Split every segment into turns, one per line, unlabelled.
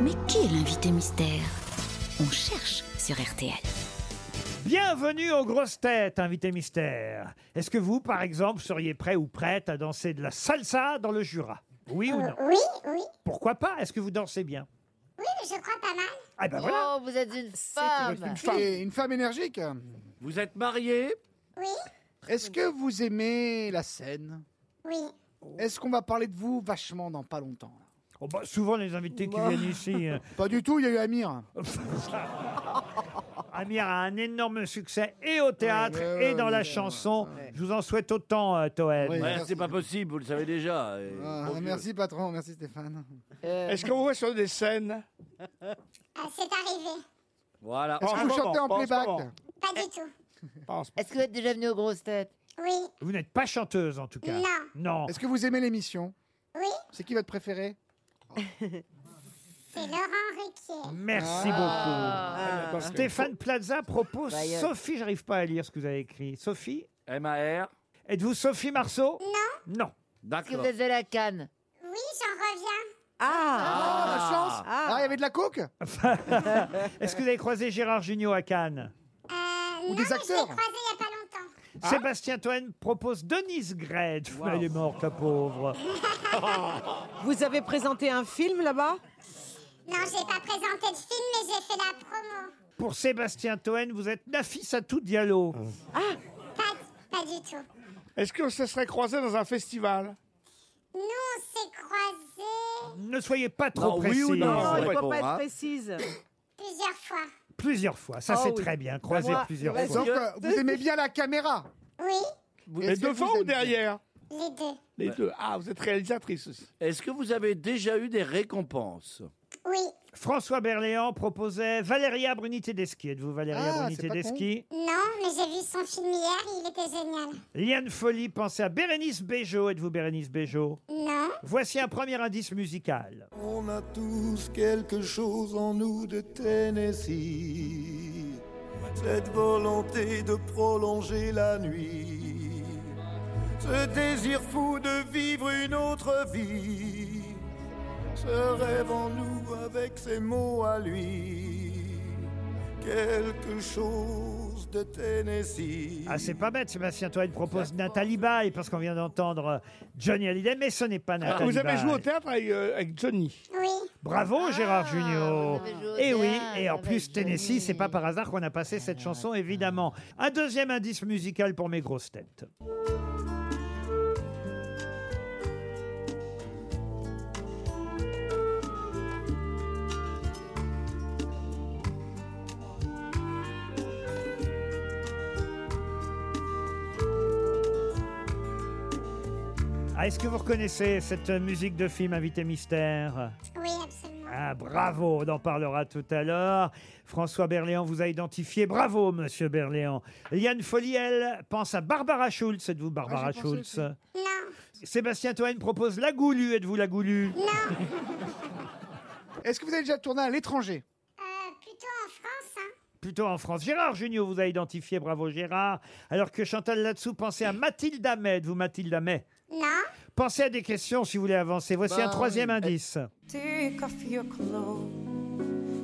Mais qui est l'invité mystère On cherche sur RTL.
Bienvenue aux grosses têtes, invité mystère. Est-ce que vous, par exemple, seriez prêt ou prête à danser de la salsa dans le Jura Oui ou non
Oui, oui,
Pourquoi pas Est-ce que vous dansez bien
oui, je crois pas mal.
Ah ben voilà
Oh, vous êtes une
Ah,
femme.
Et une femme énergique.
Vous êtes marié
Oui,
Est-ce que vous aimez la scène
oui.
Est-ce qu'on va parler de vous vachement dans pas longtemps là
Oh, bah, Souvent, les invités qui viennent ici... euh,
Pas du tout, il y a eu
Ah,
Amir.
Amir a un énorme succès et au théâtre
Ouais, ouais,
et dans
ouais,
la
ouais,
chanson. Je vous en souhaite autant, euh, Toen.
Ouais.
Ouais,
Merci.
c'est pas possible, vous le savez déjà. et-
Ah,
bon Dieu.
merci patron, merci Stéphane.
Est-ce qu'on vous voit sur des scènes
Ah, c'est arrivé.
Voilà.
Est-ce
en
que
ce
vous chantez
moment,
en
pas en ce
playback
moment.
Pas du tout.
Pas en ce-
Est-ce que vous êtes déjà venu aux grosses têtes
Oui,
Vous n'êtes pas chanteuse, en tout cas.
Non.
Non.
Est-ce que vous aimez l'émission
oui,
C'est qui votre préféré
c'est Laurent Ruquier.
Merci
Ah.
Ah,
Ah,
beaucoup. Stéphane Plaza propose
Bayonne.
Sophie, j'arrive pas à lire ce que vous avez écrit. Sophie
MAR.
Êtes-vous Sophie Marceau
Non,
Non.
Est-ce que
D'accord.
vous êtes à la canne
oui, j'en reviens.
Ah, la chance Ah, il y avait de la coke
Est-ce que vous avez croisé Gérard Jugnot à Cannes
Euh,
Ou
non,
des
mais je l'ai
acteurs.
croisé il y a pas longtemps.
Sébastien Toen propose Denise Gred. Elle est morte, la pauvre.
Vous avez présenté un film là-bas
Non, j'ai pas présenté de film, mais j'ai fait la promo.
Pour Sébastien Toen, vous êtes Nafis Atou Diallo.
Pas, pas du tout.
Est-ce qu'on se serait croisés dans un festival
Nous, on s'est croisés
Ne soyez pas trop
Non, oui
précis.
ou non
Non,
Ouais,
il ne faut
bon,
pas
hein.
être précise.
plusieurs fois.
Plusieurs fois, ça
Oh
c'est
oui.
très bien. Croisé
Moi,
plusieurs
ouais,
fois.
Donc, euh, vous aimez bien la caméra
Oui,
Et
Est-ce que vous
devant
aimez
ou derrière
les deux.
Les deux. Ah, vous êtes réalisatrice aussi.
Est-ce que vous avez déjà eu des récompenses
Oui,
François Berléand proposait Valéria Bruni Tedeschi. Êtes-vous Valéria
Ah,
Bruni
c'est pas
Tedeschi
non, mais j'ai vu son film hier, il était génial.
Liane Folly pensait à Bérénice Bejo. Êtes-vous Bérénice Bejo
Non,
Voici un premier indice musical.
On a tous quelque chose en nous de Tennessee, cette volonté de prolonger la nuit, ce désir fou de vivre une autre vie, ce rêve en nous avec ses mots à lui, quelque chose de Tennessee.
Ah, c'est pas bête, Sébastien Toine propose Nathalie Baye, parce qu'on vient d'entendre euh, Johnny Hallyday, mais ce n'est pas Nathalie
Ah, vous avez joué au
Baye.
théâtre avec, euh, avec Johnny.
oui,
Bravo, Gérard
vous
Junior.
avez joué au
Et oui,
théâtre
et en
avec
plus, Tennessee,
Johnny.
c'est pas par hasard qu'on a passé cette chanson, évidemment. Un deuxième indice musical pour mes grosses têtes. Ah, Est-ce que vous reconnaissez cette musique de film Invité Mystère
oui, absolument.
ah, bravo, on en parlera tout à l'heure. François Berléand vous a identifié. Bravo, monsieur Berléand. Liane Foliel pense à Barbara Schulz. Êtes-vous Barbara
Ah, j'y pensais
Schulz
Non,
Sébastien Toen propose la Goulue. Êtes-vous la Goulue
non,
Est-ce que vous avez déjà tourné à l'étranger
euh, plutôt en France, hein.
Plutôt en France. Gérard Junior vous a identifié. Bravo, Gérard. Alors que Chantal là-dessous pensait à Mathilde Amet. Êtes-vous Mathilde Amet
Non,
Pensez à des questions si vous voulez avancer. Voici un troisième indice.
Take off your clothes,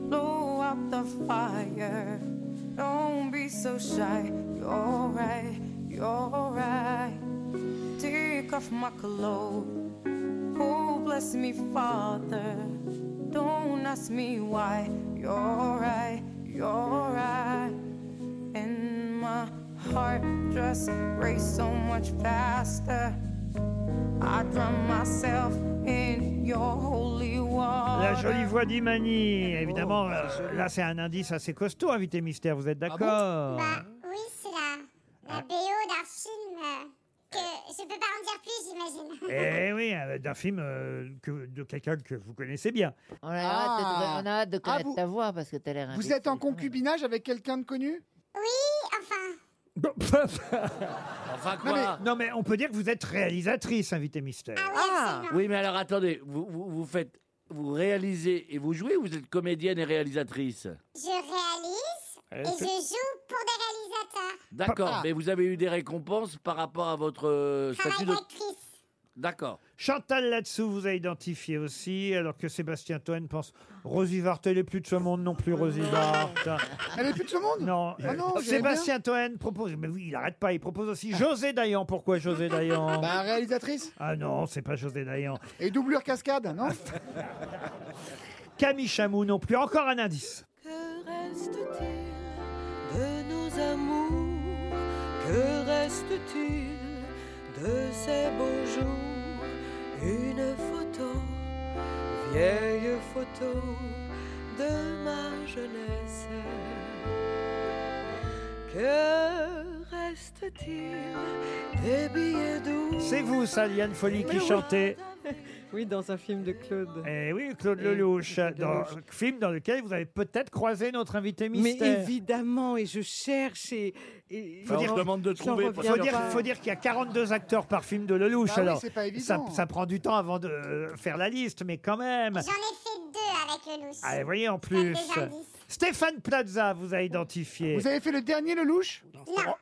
blow out the fire. Don't be so shy, you're right, you're right. Take off my clothes, oh bless me, Father. Don't ask me why, you're right, you're right. And my heart just raced so much faster. I drown myself in your holy water.
La jolie voix d'Imani. Évidemment, euh, là, c'est un indice assez costaud, invité mystère. Vous êtes d'accord
bah oui, c'est la, la BO d'un film euh, que je peux pas en dire plus, j'imagine.
Eh oui, euh, d'un film euh, que, de quelqu'un que vous connaissez bien.
on a, hâte de, on a hâte de
Ah,
connaître
vous-
ta voix parce que t'as
Ah,
l'air.
Vous êtes en concubinage avec quelqu'un de connu
Oui, enfin,
Enfin quoi
non mais on peut dire que vous êtes réalisatrice, invité mystère.
ah oui,
Ah,
absolument.
Oui, mais alors attendez, vous, vous, vous faites. Vous réalisez et vous jouez ou vous êtes comédienne et réalisatrice
Je réalise et je joue pour des réalisateurs.
D'accord, mais vous avez eu des récompenses par rapport à votre euh, statut
Travail
de.
d'actrice.
D'accord.
Chantal là-dessous vous a identifié aussi, alors que Sébastien Toen pense Rosy Vart, elle est plus de ce monde non plus, Rosy Vart.
Ah.
Elle est plus de ce monde
Non.
Ah non,
Euh,
j'aimais
Sébastien Toen propose, mais oui, il arrête pas, il propose aussi José Dayan. Pourquoi José Dayan
Bah, réalisatrice
Ah non, c'est pas José Dayan.
Et doublure cascade, non
Ah,
Camille Chamou non plus, encore un indice.
Que reste-t-il de nos amours Que reste-t-il de ces beaux jours Une photo, vieille photo de ma jeunesse. Que reste-t-il des billets doux
C'est vous, ça, Liane Folie, qui
Mais oui.
chantait.
Oui, dans un film de Claude.
Eh oui, Claude
Et
Lelouch,
Claude
dans,
Lelouch.
film dans lequel vous avez peut-être croisé notre invité
Mais
mystère.
évidemment, et je cherche et. et-
Enfin, on
et-
se demande de
j'en
trouver.
reviens
faut
pas.
dire, faut dire qu'il y a 42 acteurs par film de Lelouch.
Bah oui,
alors,
c'est pas
ça,
évident.
ça prend du temps avant de euh, faire la liste, mais quand même.
J'en ai fait deux avec le louche.
Ah, vous voyez, en
Comme
plus.
des indices.
Stéphane Plaza vous a identifié.
Vous avez fait le dernier Lelouch
Non.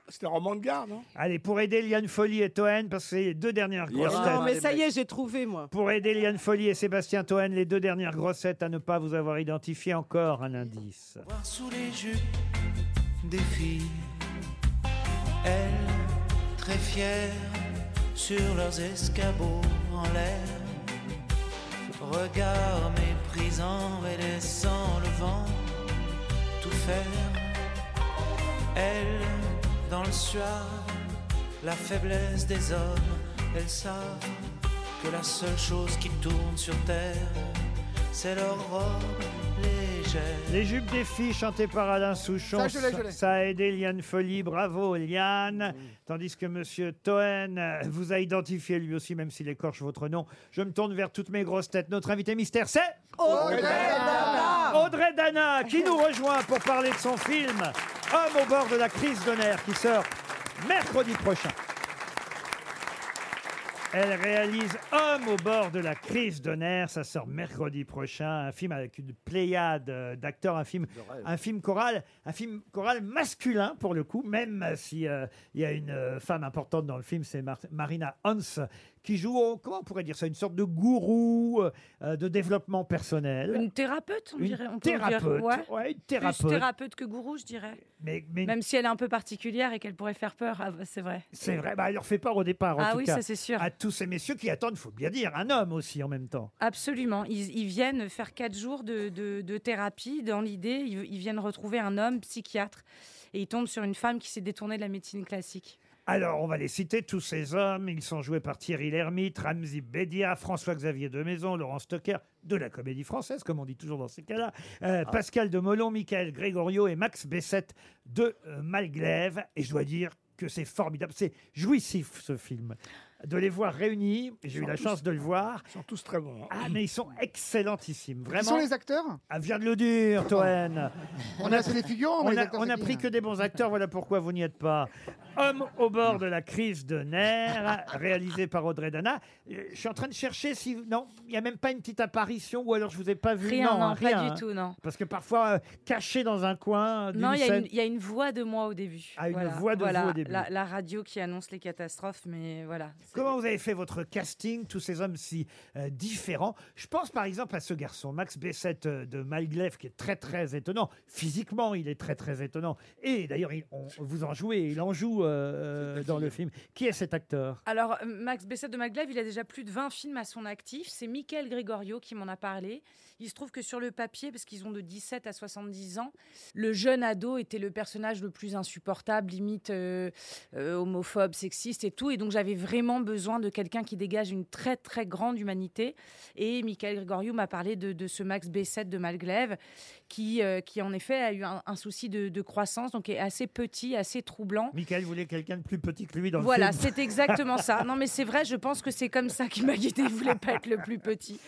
C'était un roman de gare, non
Allez, pour aider Liane Folly et Toen, parce que c'est les deux dernières
Il y a
Ah,
grosses
un-
têtes.
Non, mais
les
ça
mecs.
y est, j'ai trouvé, moi.
Pour aider Liane Folly et Sébastien Toen, les deux dernières grossettes à ne pas vous avoir identifié encore un indice.
Voir sous les jupes des filles, elles très fières sur leurs escabeaux en l'air. Regard méprisant et laissant le vent tout faire. Elles dans le suave, la faiblesse des hommes, elles savent que la seule chose qui tourne sur terre, c'est leur robe légère.
Les jupes des filles chantées par Alain Souchon.
Ça, je l'ai, je l'ai.
ça a aidé Liane Folly. Bravo, Liane. Tandis que Monsieur Toen euh, vous a identifié lui aussi, même s'il écorche votre nom. Je me tourne vers toutes mes grosses têtes. Notre invité mystère, c'est
Oh,
Oh,
Audrey Dana qui nous rejoint pour parler de son film Homme au bord de la crise de nerfs qui sort mercredi prochain. Elle réalise Homme au bord de la crise de nerfs. Ça sort mercredi prochain. Un film avec une pléiade euh, d'acteurs, un film, un film choral, un film choral masculin pour le coup. Même euh, si euh, il y a une euh, femme importante dans le film, c'est Mar- Marina Hans qui joue, au- comment on pourrait dire ça, une sorte de gourou euh, de développement personnel
Une thérapeute, on
une
dirait. On peut le dire.
thérapeute.
Ouais.
Ouais, une
Plus
thérapeute.
thérapeute que gourou, je dirais.
Mais, mais
Même si elle est un peu particulière et qu'elle pourrait faire peur, ah, c'est vrai.
c'est vrai, bah, elle leur fait peur au départ, en
ah
tout
oui,
cas.
ça c'est sûr.
À tous ces messieurs qui attendent, faut bien dire, un homme aussi en même temps.
Absolument. Ils, ils viennent faire quatre jours de, de- de thérapie dans l'idée. Ils, ils viennent retrouver un homme psychiatre et ils tombent sur une femme qui s'est détournée de la médecine classique.
Alors, on va les citer, tous ces hommes. Ils sont joués par Thierry Lhermitte, Ramzi Bédia, François-Xavier Demaison, Laurent Stocker, de la comédie française, comme on dit toujours dans ces cas-là, euh, Pascal de Molon, Michael Grégorio et Max Bessette de euh, Malglaive. Et je dois dire que c'est formidable. C'est jouissif, ce film. De les voir réunis, j'ai eu la chance de le voir.
Ils sont tous très bons. hein.
Ah, mais ils sont excellentissimes,
Qui
vraiment.
sont les acteurs
Ah, viens de le dire, Toen.
On a fait les figurants, Oh, mais
On
les
a,
acteurs,
on a
c'est qui,
pris
là
que des bons acteurs, voilà pourquoi vous n'y êtes pas. Homme au bord de la crise de nerfs, réalisé par Audrey Dana. Euh, Je suis en train de chercher si. Non, il n'y a même pas une petite apparition ou alors je vous ai pas vu.
Rien, non,
hein, rien,
pas
hein.
du tout, non.
Parce que parfois, euh, caché dans un coin. euh, d'une
Non, il y, a
scène-
une- il y a une voix de moi au début.
Ah, une voix de vous
voilà,
au début.
La, la radio qui annonce les catastrophes, mais voilà. c'est-
Comment vous avez fait votre casting, tous ces hommes si euh, différents Je pense par exemple à ce garçon, Max Bessette euh, de Malglaive, qui est très très étonnant. Physiquement, il est très très étonnant. Et d'ailleurs, il- on- vous en jouez, il en joue euh, euh, dans le film. Qui est cet acteur
Alors, euh, Max Bessette de Maglev, il a déjà plus de 20 films à son actif. C'est Michael Gregorio qui m'en a parlé. Il se trouve que sur le papier, parce qu'ils ont de 17 à 70 ans, le jeune ado était le personnage le plus insupportable, limite euh, euh, homophobe, sexiste et tout. Et donc, j'avais vraiment besoin de quelqu'un qui dégage une très, très grande humanité. Et Michael Gregorio m'a parlé de, de ce Max Bessette de Malglaive, qui, euh, qui en effet a eu un, un souci de, de croissance, donc est assez petit, assez troublant.
Michael voulait quelqu'un de plus petit que lui dans
Voilà,
le film.
c'est exactement ça. Non, mais c'est vrai, je pense que c'est comme ça qu'il m'a guidé. Il voulait pas être le plus petit.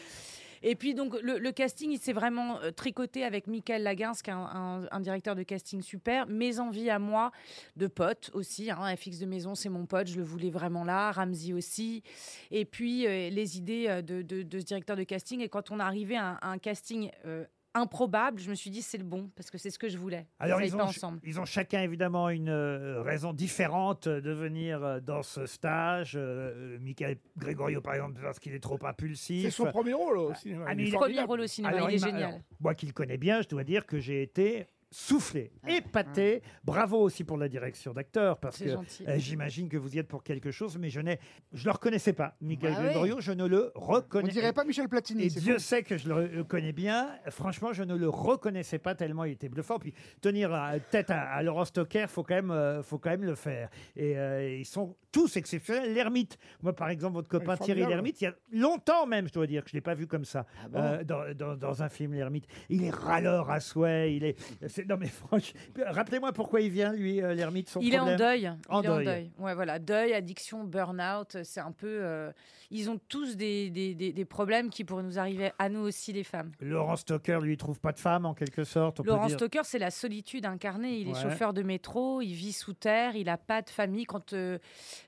Et puis, donc, le, le casting, il s'est vraiment euh, tricoté avec Michael Laguince, qui est un, un- un directeur de casting super. Mes envies à moi, de potes aussi. Hein, FX de Maison, c'est mon pote, je le voulais vraiment là. Ramsey aussi. Et puis, euh, les idées euh, de, de- de ce directeur de casting. Et quand on arrivait à un, à un casting. euh, improbable, je me suis dit c'est le bon parce que c'est ce que je voulais.
Alors,
Ça y
ils
est pas
ont,
ensemble.
ils ont chacun évidemment une euh, raison différente de venir euh, dans ce stage. Euh, euh, Michael Gregorio, par exemple, parce qu'il est trop impulsif.
C'est son premier rôle au cinéma.
Ah,
Il
mais
est
il est-
formidable.
Premier rôle au cinéma, il est
m'a-
génial.
alors, moi qui le connais bien, je dois dire que j'ai été soufflé, épaté. Bravo aussi pour la direction d'acteur, parce
Ah. C'est
que
gentil.
euh, j'imagine que vous y êtes pour quelque chose, mais je ne je le reconnaissais pas, Michael
Bah
Ah oui.
Gregorio, je ne le reconnais.
On dirait pas Michel Platini.
Et
Mm, c'est
Dieu
cool.
sait que je le re- euh, connais bien. Franchement, je ne le reconnaissais pas tellement il était bluffant. Puis tenir euh, tête à, à Laurent Stocker, faut quand même, euh, faut quand même le faire. Et euh, ils sont tous exceptionnels. L'ermite, moi par exemple, votre copain
formidable.
Thierry l'ermite, il y a longtemps même, je dois dire, que je l'ai pas vu comme ça
Ah bon
euh, dans, dans- dans un film l'ermite. Il est râleur à souhait. Il est, c'est- non mais franchement, rappelez-moi pourquoi il vient lui euh, l'ermite. son
Il est en
problème.
deuil.
En
il est en
deuil.
deuil. Ouais, voilà. Deuil, addiction, burn-out, c'est un peu. euh, ils ont tous des, des, des- des problèmes qui pourraient nous arriver à nous aussi, les femmes.
Laurent Stocker lui il trouve pas de femme en quelque sorte. on peut
Laurent
dire.
Stoker, c'est la solitude incarnée. Il est
Ouais.
chauffeur de métro, il vit sous terre, il n'a pas de famille. Quand euh,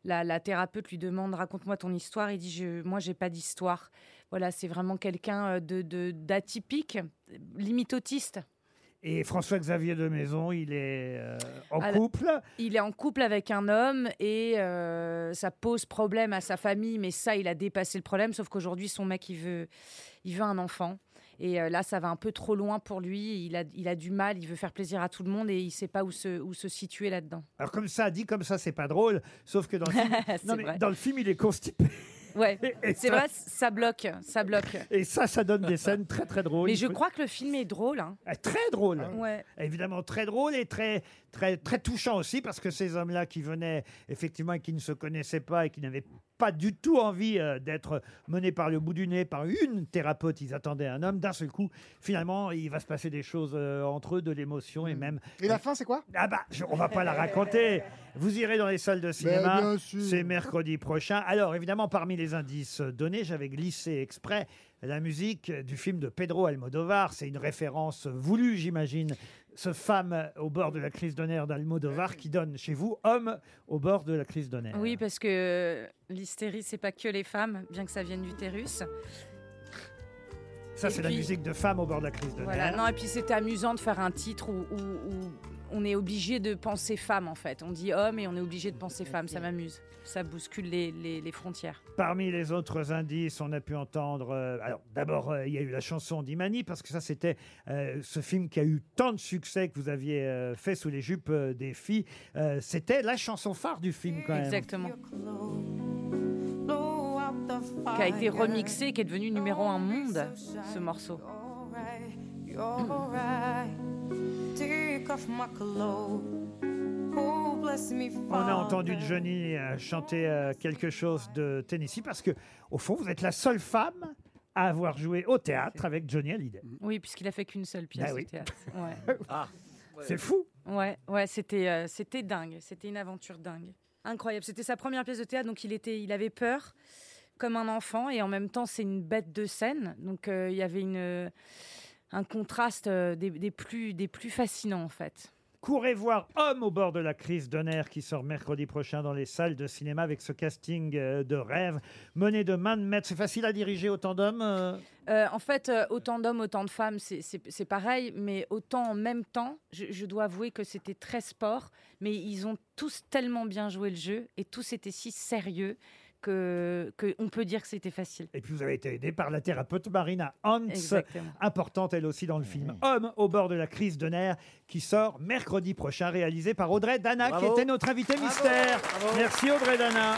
la, la thérapeute lui demande raconte-moi ton histoire, il dit je, moi j'ai pas d'histoire. Voilà, c'est vraiment quelqu'un euh, de de- d'atypique, euh, limite autiste.
Et François-Xavier de Maison, il est euh, en
Alors,
couple.
Il est en couple avec un homme et euh, ça pose problème à sa famille, mais ça, il a dépassé le problème. Sauf qu'aujourd'hui, son mec, il veut, il veut un enfant. Et euh, là, ça va un peu trop loin pour lui. Il a, il a du mal, il veut faire plaisir à tout le monde et il sait pas où se, où se situer là-dedans.
Alors comme ça, dit comme ça, c'est pas drôle. Sauf que dans le film, non, mais dans le film il est constipé.
Ouais,
Et
c'est
ça-
vrai, ça bloque, ça bloque.
Et ça, ça donne des scènes très très drôles.
Mais
Il
je
faut-
crois que le film est drôle. hein.
Ah, Très drôle.
Ouais.
Évidemment, très drôle et très, très, très touchant aussi, parce que ces hommes-là qui venaient, effectivement, et qui ne se connaissaient pas et qui n'avaient pas du tout envie euh, d'être menés par le bout du nez par une thérapeute, ils attendaient un homme, d'un seul coup, finalement, il va se passer des choses euh, entre eux, de l'émotion et
Mm.
même...
Et la fin, c'est quoi
Ah bah, je- on va pas la raconter. Vous irez dans les salles de cinéma.
Ben, bien sûr.
C'est mercredi prochain. Alors évidemment, parmi les indices donnés, j'avais glissé exprès la musique du film de Pedro Almodovar. C'est une référence voulue, j'imagine. Ce femme au bord de la crise d'honneur d'Almodovar qui donne chez vous homme au bord de la crise d'honneur.
Oui, parce que euh, l'hystérie, c'est pas que les femmes, bien que ça vienne du l'utérus.
Ça,
et
c'est la
puis-
musique de femme au bord de la crise d'honneur.
Voilà, non, et puis c'était amusant de faire un titre où, où- où on est obligé de penser femme en fait. On dit homme et on est obligé de penser femme, ça m'amuse. Ça bouscule les, les- les frontières.
Parmi les autres indices, on a pu entendre. euh, alors, d'abord, euh, il y a eu la chanson d'Imani, parce que ça, c'était euh, ce film qui a eu tant de succès que vous aviez euh, fait sous les jupes euh, des filles. Euh, c'était la chanson phare du film, quand même.
Exactement.
Blow out the fire.
Qui a été remixé, qui est devenu numéro un monde, ce morceau.
You're right. Take off my clothes. Oh, bless me,
On a
Father.
entendu Johnny euh, chanter euh, quelque chose de Tennessee, parce que, au fond, vous êtes la seule femme à avoir joué au théâtre avec Johnny Hallyday.
Oui, puisqu'il a fait qu'une seule pièce
Bah
de
oui.
théâtre. Ouais.
C'est fou.
Ouais, ouais, c'était euh, c'était dingue, c'était une aventure dingue, incroyable. C'était sa première pièce de théâtre, donc il était, il avait peur comme un enfant et en même temps c'est une bête de scène, donc euh, il y avait une euh, un contraste euh, des, des plus des plus fascinants en fait.
Courez voir Homme au bord de la crise d'honneur qui sort mercredi prochain dans les salles de cinéma avec ce casting euh, de rêve mené de main de maître. C'est facile à diriger autant d'hommes euh,
Euh, en fait, euh, autant d'hommes, autant de femmes, c'est- c'est c'est pareil, mais autant en même temps, je, je dois avouer que c'était très sport, mais ils ont tous tellement bien joué le jeu et tous étaient si sérieux que, que on peut dire que c'était facile.
Et puis vous avez été aidé par la thérapeute Marina Hans,
Exactement.
importante elle aussi dans le film Homme au bord de la crise de nerfs qui sort mercredi prochain, réalisé par Audrey Dana qui
Bravo.
était notre invitée mystère. Merci Audrey Dana.